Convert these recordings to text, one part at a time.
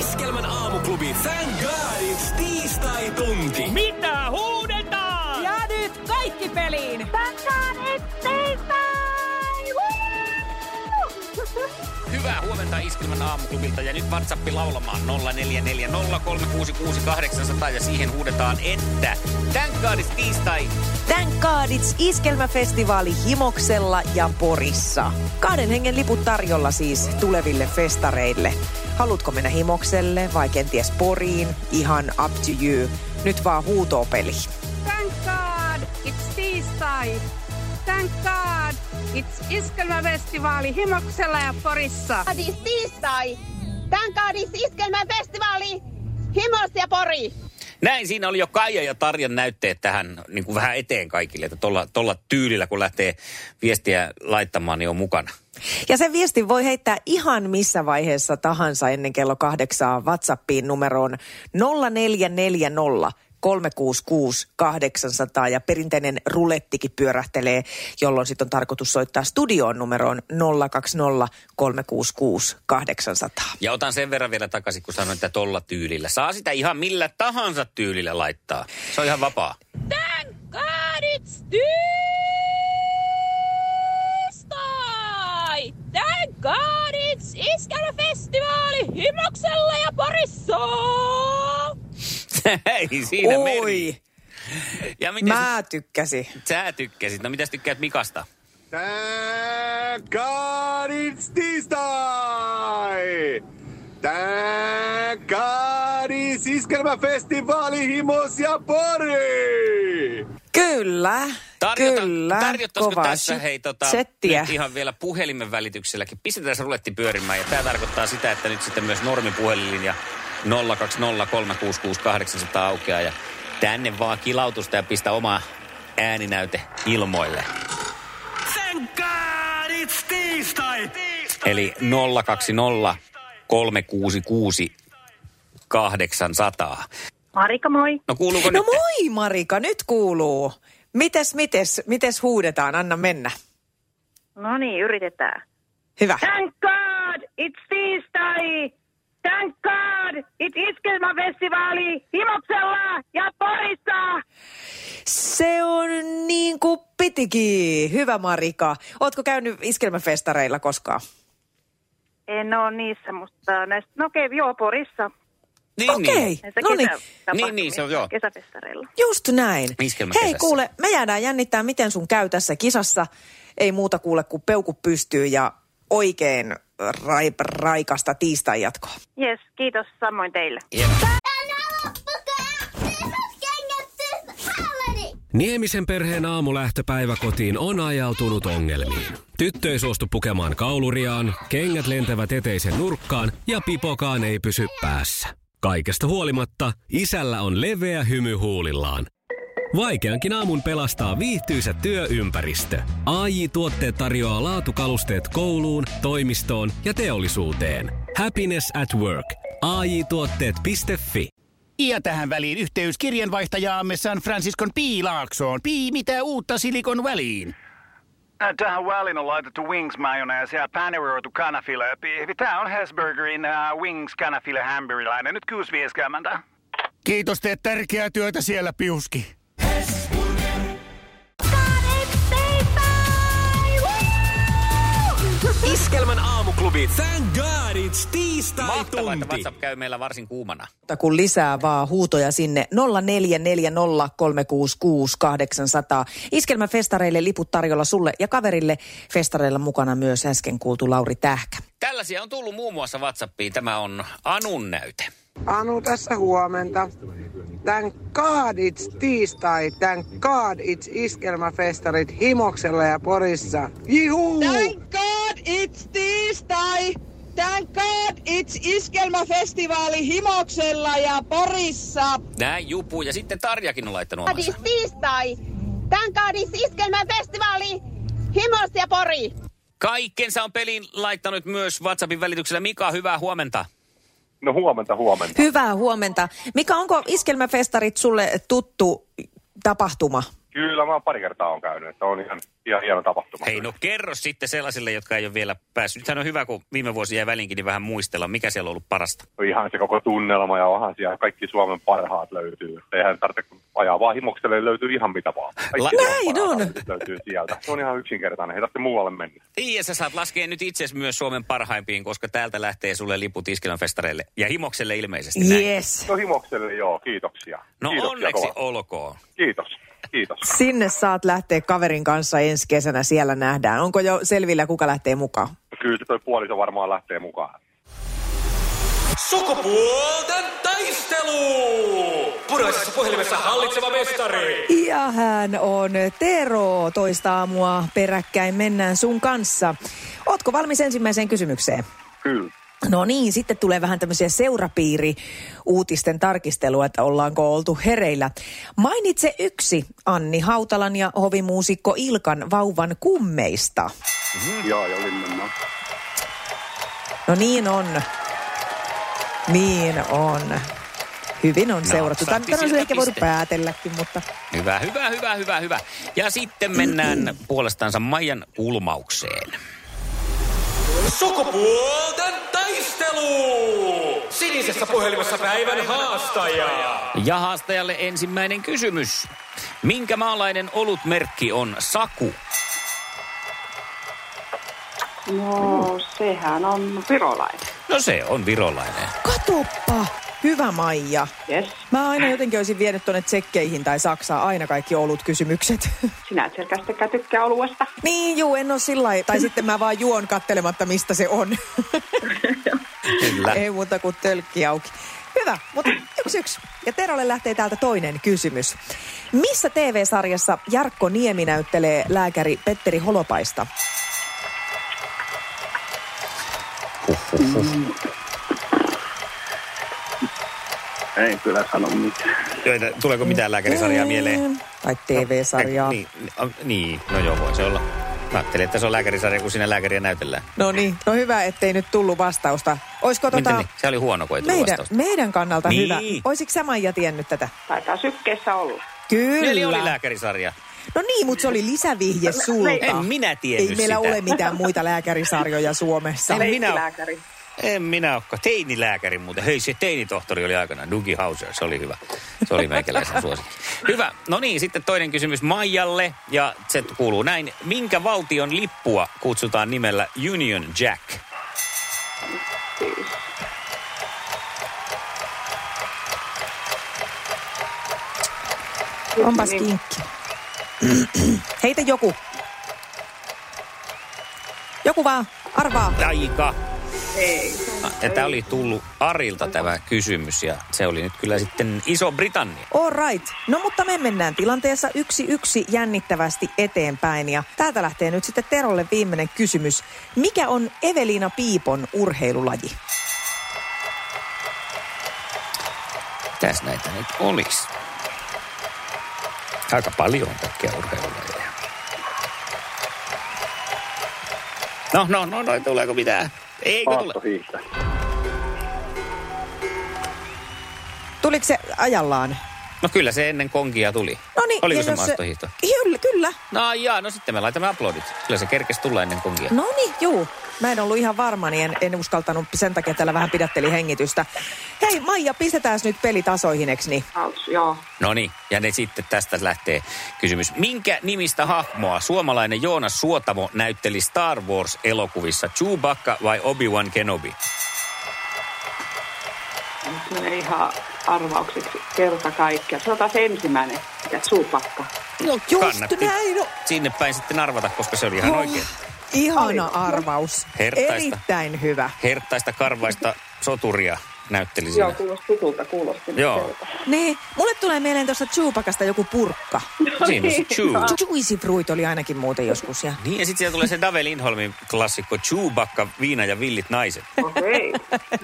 Iskelmän aamuklubi Thank God it's tiistai-tunti. Mitä huudetaan? Ja nyt kaikki peliin! Hyvää huomenta Iskelmän aamuklubilta ja nyt WhatsApp laulamaan 0440366800 ja siihen huudetaan, että thank God it's tiistai. Thank God It's iskelmäfestivaali Himoksella ja Porissa. Kahden hengen liput tarjolla siis tuleville festareille. Haluatko mennä Himokselle vai kenties Poriin? Ihan up to you. Nyt vaan huutopeli. Thank God, it's tiistai. Thank God, it's iskelmäfestivaali Himoksella ja Porissa. Kadis tiistai. Tän kadis iskelmän festivaali Himos ja Pori. Näin siinä oli jo Kaija ja Tarjan näytteet tähän niin kuin vähän eteen kaikille, että tolla, tolla tyylillä kun lähtee viestiä laittamaan, niin on mukana. Ja sen viestin voi heittää ihan missä vaiheessa tahansa ennen kello kahdeksaa WhatsAppiin numeroon 0440 366 800 ja perinteinen rulettikin pyörähtelee, jolloin sitten on tarkoitus soittaa studioon numeroon 020 366 800. Ja otan sen verran vielä takaisin, kun sanoin, että tolla tyylillä. Saa sitä ihan millä tahansa tyylillä laittaa. Se on ihan vapaa. Tän kadis tiistai. Tän kadis iskelmäfestivaali Himoksella ja Porissa. Ei siinä meni. Oi, Ja miten mä tykkäsin. sä tykkäsit? No mitäs tykkäät Mikasta? Thank God it's tiistai! Thank God it's iskelmäfestivaali Himos ja Pori! Kyllä, Tarjota, kyllä. tarjottaisiko kovaa tässä sit- hei, tota, settiä. nyt ihan vielä puhelimen välitykselläkin. Pistetään se ruletti pyörimään ja tämä tarkoittaa sitä, että nyt sitten myös normipuhelinlinja 020366800 aukeaa ja tänne vaan kilautusta ja pistä oma ääninäyte ilmoille. Thank God it's tiistai. Eli 020 366 800. Marika moi. No kuuluuko No nyt? moi Marika, nyt kuuluu. Mites, mites, mites huudetaan? Anna mennä. No niin, yritetään. Hyvä. Thank God, it's tiistai. Thank God, it's iskelmäfestivaali Himoksella ja Porissa. Se on niin kuin pitikin. Hyvä Marika. Ootko käynyt iskelmäfestareilla koskaan? En ole niissä, mutta näistä, no okei, joo, Porissa. Niin, Okei. niin. Näissä No niin. kesätapahtumissa, Niin, niin, se on joo. Kesäfestareilla. Just näin. Iskelmäkesässä. Hei kuule, me jäädään jännittää, miten sun käy tässä kisassa. Ei muuta kuule, kuin peukku pystyy ja oikein raip, raikasta tiistai jatkoa. Jes, kiitos samoin teille. Jep. Niemisen perheen aamulähtöpäivä kotiin on ajautunut ongelmiin. Tyttö ei suostu pukemaan kauluriaan, kengät lentävät eteisen nurkkaan ja pipokaan ei pysy päässä. Kaikesta huolimatta isällä on leveä hymy huulillaan. Vaikeankin aamun pelastaa viihtyisä työympäristö. AJ Tuotteet tarjoaa laatukalusteet kouluun, toimistoon ja teollisuuteen. Happiness at work. AJ Tuotteet.fi Ja tähän väliin yhteys kirjanvaihtajaamme San Franciscon Piilaaksoon. Pii, mitä uutta Silikon väliin? Äh, Tähän väliin on laitettu wings mayonnaise ja paneroitu kanafila. Tämä on Hesburgerin uh, wings kanafila hamburilainen. Nyt 6.50. Kiitos, teet tärkeää työtä siellä, Piuski. Iskelmän aamuklubi. Thank God it's Mahtavaa, että tiistai-tunti. WhatsApp käy meillä varsin kuumana. Mutta kun lisää vaan huutoja sinne 0440366800. Iskelmäfestareille liput tarjolla sulle ja kaverille. Festareilla mukana myös äsken kuultu Lauri Tähkä. Tällaisia on tullut muun muassa WhatsAppiin. Tämä on Anun näyte. Anu tässä huomenta. Tän God it's tiistai, tän God it's iskelmäfestarit Himoksella ja Porissa. Jihuu! Thank God it's tiistai. Thank God it's iskelmäfestivaali Himoksella ja Porissa. Näin jupu ja sitten Tarjakin on laittanut God is omansa. tiistai. Thank God is iskelmäfestivaali Himos ja Pori. Kaikkensa on peliin laittanut myös WhatsAppin välityksellä. Mika, hyvää huomenta. No huomenta, huomenta. Hyvää huomenta. Mikä onko iskelmäfestarit sulle tuttu tapahtuma? Kyllä, mä oon pari kertaa on käynyt, että on ihan, ihan hieno tapahtuma. Hei, no kerro sitten sellaisille, jotka ei ole vielä päässyt. Nythän on hyvä, kun viime vuosi jäi väliinkin, niin vähän muistella, mikä siellä on ollut parasta. No Ihan se koko tunnelma ja onhan siellä kaikki Suomen parhaat löytyy. Että eihän tarvitse kun ajaa vaan himokselle, löytyy ihan mitä vaan. Kaikki La- Suomen Näin parhaat on. artistit Löytyy sieltä. Se on ihan yksinkertainen, ei tarvitse muualle mennä. Niin, ja sä saat laskea nyt itse myös Suomen parhaimpiin, koska täältä lähtee sulle liput Iskelän festareille ja Himokselle ilmeisesti näin. Yes. No himokselle joo, kiitoksia. No kiitoksia onneksi kovasti. olkoon. Kiitos, kiitos. Sinne saat lähteä kaverin kanssa ensi kesänä, siellä nähdään. Onko jo selvillä, kuka lähtee mukaan? Kyllä se toi puoliso varmaan lähtee mukaan. Sukupuolten taistelu! Puraisessa puhelimessa hallitseva mestari. Ja hän on Tero toista aamua peräkkäin. Mennään sun kanssa. Ootko valmis ensimmäiseen kysymykseen? Kyllä. No niin, sitten tulee vähän tämmöisiä seurapiiri-uutisten tarkistelua, että ollaanko oltu hereillä. Mainitse yksi Anni Hautalan ja hovimuusikko Ilkan vauvan kummeista. Mm. Joo, joo, Linnanmaa. No niin on. Niin on. Hyvin on seurattu. Tämä napsahti nyt on sieltä ehkä voinut piste. päätelläkin, mutta... Hyvä, hyvä, hyvä, hyvä, hyvä. Ja sitten mennään puolestansa Maijan kulmaukseen. Sukupuolten taistelu! Sinisessä puhelimessa päivän haastaja. Ja haastajalle ensimmäinen kysymys. Minkä maalainen olutmerkki on Saku? No, sehän on virolainen. No se on virolainen. Katoppa! Hyvä Maija. Yes, Mä aina jotenkin olisin vienyt tuonne tsekkeihin tai Saksaan aina kaikki ollut kysymykset. sinä et selkästikään tykkää oluesta. niin, juu, en ole sillä lailla. Tai sitten mä vaan juon kattelematta, mistä se on. Kyllä. Ei muuta kuin tölkki auki. Hyvä, mutta yksi yksi. Ja Terolle lähtee täältä toinen kysymys. Missä TV-sarjassa Jarkko Niemi näyttelee lääkäri Petteri Holopaista? Ei kyllä sano mitään. Joita- Tuleeko mitään lääkärisarjaa mieleen? Mm, Tai TV-sarjaa. Niin, a- niin, no joo, voi se olla. Mä ajattelin, että se on lääkärisarja, kun siinä lääkäriä näytellään. No niin, no hyvä, ettei nyt tullut vastausta. Olisiko Mitä tota niin? Se oli huono, kun ei tullut meidän, vastausta. meidän kannalta Niin. hyvä? Oisitko sä Maija tiennyt tätä? Taitaa sykkeessä olla. Kyllä. Eli oli lääkärisarja. No niin, mutta se oli lisävihje sulta. En minä tiennyt Ei meillä sitä. ole mitään muita lääkärisarjoja Suomessa. En minä, oo- Lääkäri. en minä olekaan. Teinilääkäri muuten. Hei, se teinitohtori oli aikana. Dougie Hauser, se oli hyvä. Se oli meikäläisen suosikki. Hyvä. No niin, sitten toinen kysymys Maijalle. Ja se kuuluu näin. Minkä valtion lippua kutsutaan nimellä Union Jack? Siis. Onpas Niin. kinkki. Heitä joku. Joku vaan, arvaa. Aika. Ei. Ja tämä Ah, oli tullut Arilta tämä kysymys ja se oli nyt kyllä sitten Iso-Britannia. All right. No mutta me mennään tilanteessa yksi yksi jännittävästi eteenpäin. Ja täältä lähtee nyt sitten Terolle viimeinen kysymys. Mikä on Eveliina Piipon urheilulaji? Mitäs näitä nyt olisi? Aika paljon on kaikkia urheilulajeja. No, no, no, no, tuleeko mitään? Eikö tule? Aattohiihtä. Tuliko se ajallaan? No kyllä se ennen konkia tuli. Noniin, Oliko No niin, ja se jos maastohiihto? Kyllä, kyllä. No jaa, no sitten me laitamme aplodit. Kyllä se kerkesi tulla ennen konkia. No niin, juu. Mä en ollut ihan varma, niin en, en uskaltanut. Sen takia täällä vähän pidätteli hengitystä. Hei Maija, pistetään nyt pelitasoihin, eks niin? Alts, joo. No niin, ja ne sitten tästä lähtee kysymys. Minkä nimistä hahmoa suomalainen Joonas Suotamo näytteli Star Wars-elokuvissa? Chewbacca vai Obi-Wan Kenobi? Nyt menee ihan arvaukseksi kerta kaikkiaan. Sanotaan se ensimmäinen. Ja suupakka. No just näin, no. Sinne päin sitten arvata, koska se oli ihan oikein. Ihana arvaus. Herttaista. Erittäin hyvä. Herttaista karvaista soturia näytteli siinä. Joo, kuulosti tutulta, kuulosti. nyt Joo. sieltä. Niin, mulle tulee mieleen tuosta Chewbacasta joku purkka. Siinä on se Chew. Juicy Fruit oli ainakin muuten joskus. Ja... Niin, ja sitten siellä tulee se Dave Lindholmin klassikko Chewbacca, viina ja villit naiset. Okei.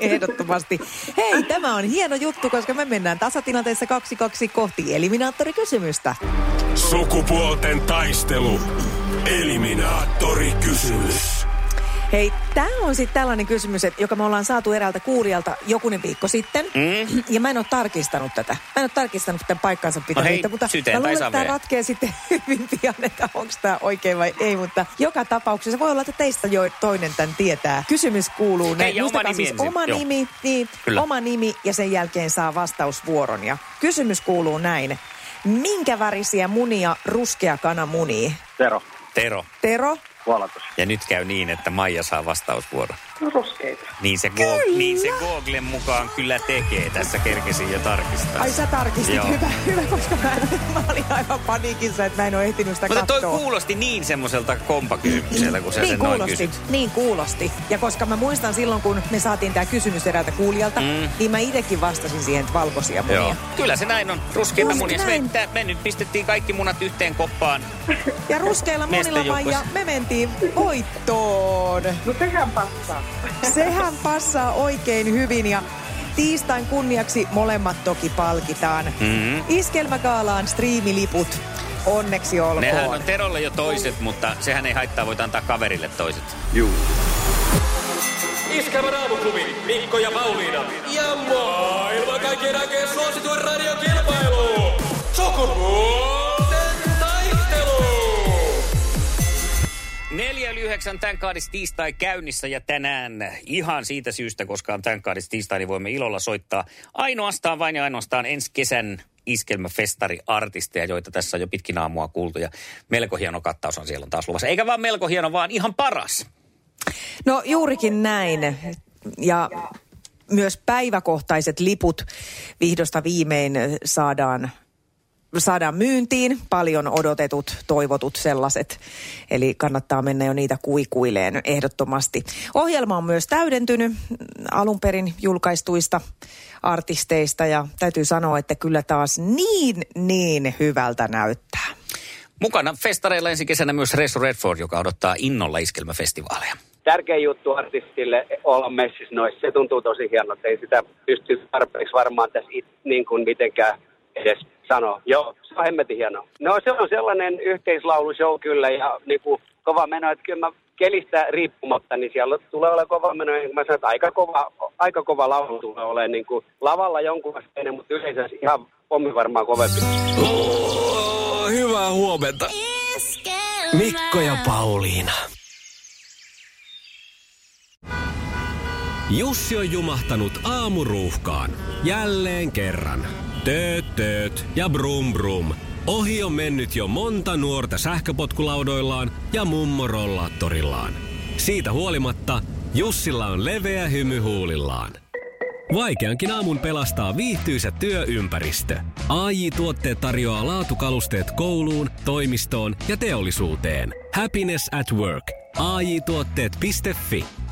Ehdottomasti. Hei, tämä on hieno juttu, koska me mennään tasatilanteessa 2-2 kohti eliminaattorikysymystä. Sukupuolten taistelu. Eliminaattori kysymys. Hei, tämä on sitten tällainen kysymys, että, joka me ollaan saatu eräältä kuurijalta jokunen viikko sitten. Mm. Ja mä en ole tarkistanut tätä. Mä en ole tarkistanut tämän paikkansa pitävyyttä, No hei, mutta syteen mä luulen, tai että tämä saveen. ratkee sitten hyvin pian, että onko tämä oikein vai ei. Mutta joka tapauksessa voi olla, että teistä jo teistä tämän tietää. Kysymys kuuluu näin. ja oma Muistakaa nimi siis ensin. oma Joo. nimi, niin, Kyllä. oma nimi ja sen jälkeen saa vastausvuoron. Ja kysymys kuuluu näin. Minkä värisiä munia ruskea kana munii? Tero, Tero. Tero? valatus. Ja nyt käy niin, että Maija saa vastausvuoron. No ruskeita. Niin se, Go- niin se Googlen mukaan kyllä tekee. Tässä kerkesin jo tarkistaa. Ai sä tarkistit, Joo. hyvä, hyvä, koska mä, mä olin aivan paniikissa, että mä en ole ehtinyt sitä Mutta toi katsoa. kuulosti niin semmoiselta kompakysymykseltä, kun sä niin sen noin kuulosti, kysyt. niin kuulosti. Ja koska mä muistan silloin, kun me saatiin tämä kysymys eräältä kuulijalta, mm. niin mä itsekin vastasin siihen, että valkoisia munia. Joo. Kyllä se näin on. Ruskeita Just munia. Me, Niin. näin. Mm-hmm. tää- me nyt pistettiin kaikki munat yhteen koppaan. Ja ruskeilla monilla Nestejoukkueessa. Maija, me mentiin voittoon. No sehän passaa. Sehän passaa oikein hyvin ja tiistain kunniaksi molemmat toki palkitaan. Mhm. Iskelmäkaalaan striimiliput. Onneksi olkoon. Nehän on Terolle jo toiset, mutta sehän ei haittaa. Voit antaa kaverille toiset. Iskävä raamuklubi, Mikko ja Pauliina. Ja maailman kaikkien aikeen suosituen radiokilpailu. Sukupuolten taistelu. Neljä yli yhdeksän tämän kaadis tiistai käynnissä ja tänään ihan siitä syystä, koska on tämän kaadis tiistai, niin voimme ilolla soittaa ainoastaan vain ja ainoastaan ensi kesän iskelmäfestariartisteja, joita tässä on jo pitkin aamua kuultu. Ja melko hieno kattaus on siellä on taas luvassa. Eikä vaan melko hieno, vaan ihan paras. No juurikin näin. Ja myös päiväkohtaiset liput vihdosta viimein saadaan saadaan myyntiin paljon odotetut, toivotut sellaiset. Eli kannattaa mennä jo niitä kuikuileen ehdottomasti. Ohjelma on myös täydentynyt alun perin julkaistuista artisteista ja täytyy sanoa, että kyllä taas niin, niin hyvältä näyttää. Mukana festareilla ensi kesänä myös Ressu Redford, joka odottaa innolla iskelmäfestivaaleja. tärkeä juttu artistille olla messissä noissa. Se tuntuu tosi hienolta. Ei sitä pysty tarpeeksi varmaan tässä it, niin kuin mitenkään edes sanoa. Joo, se on hemmetin hienoa. No se on sellainen yhteislaulushow kyllä ja niin kuin, kova meno, että kyllä mä kelistä riippumatta, niin siellä tulee olemaan kova meno. Ja Mä sanoin, että aika kova, aika kova laulu tulee olemaan niin kuin, lavalla jonkun asteinen, mutta yleensä ihan pommi varmaan kovempi. Oh, hyvää huomenta. Mikko ja Pauliina. Jussi on jumahtanut aamuruuhkaan. Jälleen kerran. Tööt, tööt ja brum brum. Ohi on mennyt jo monta nuorta sähköpotkulaudoillaan ja mummorollaattorillaan. Siitä huolimatta Jussilla on leveä hymy huulillaan. Vaikeankin aamun pelastaa viihtyisä työympäristö. AI Tuotteet tarjoaa laatukalusteet kouluun, toimistoon ja teollisuuteen. Happiness at work. AJ-tuotteet.fi.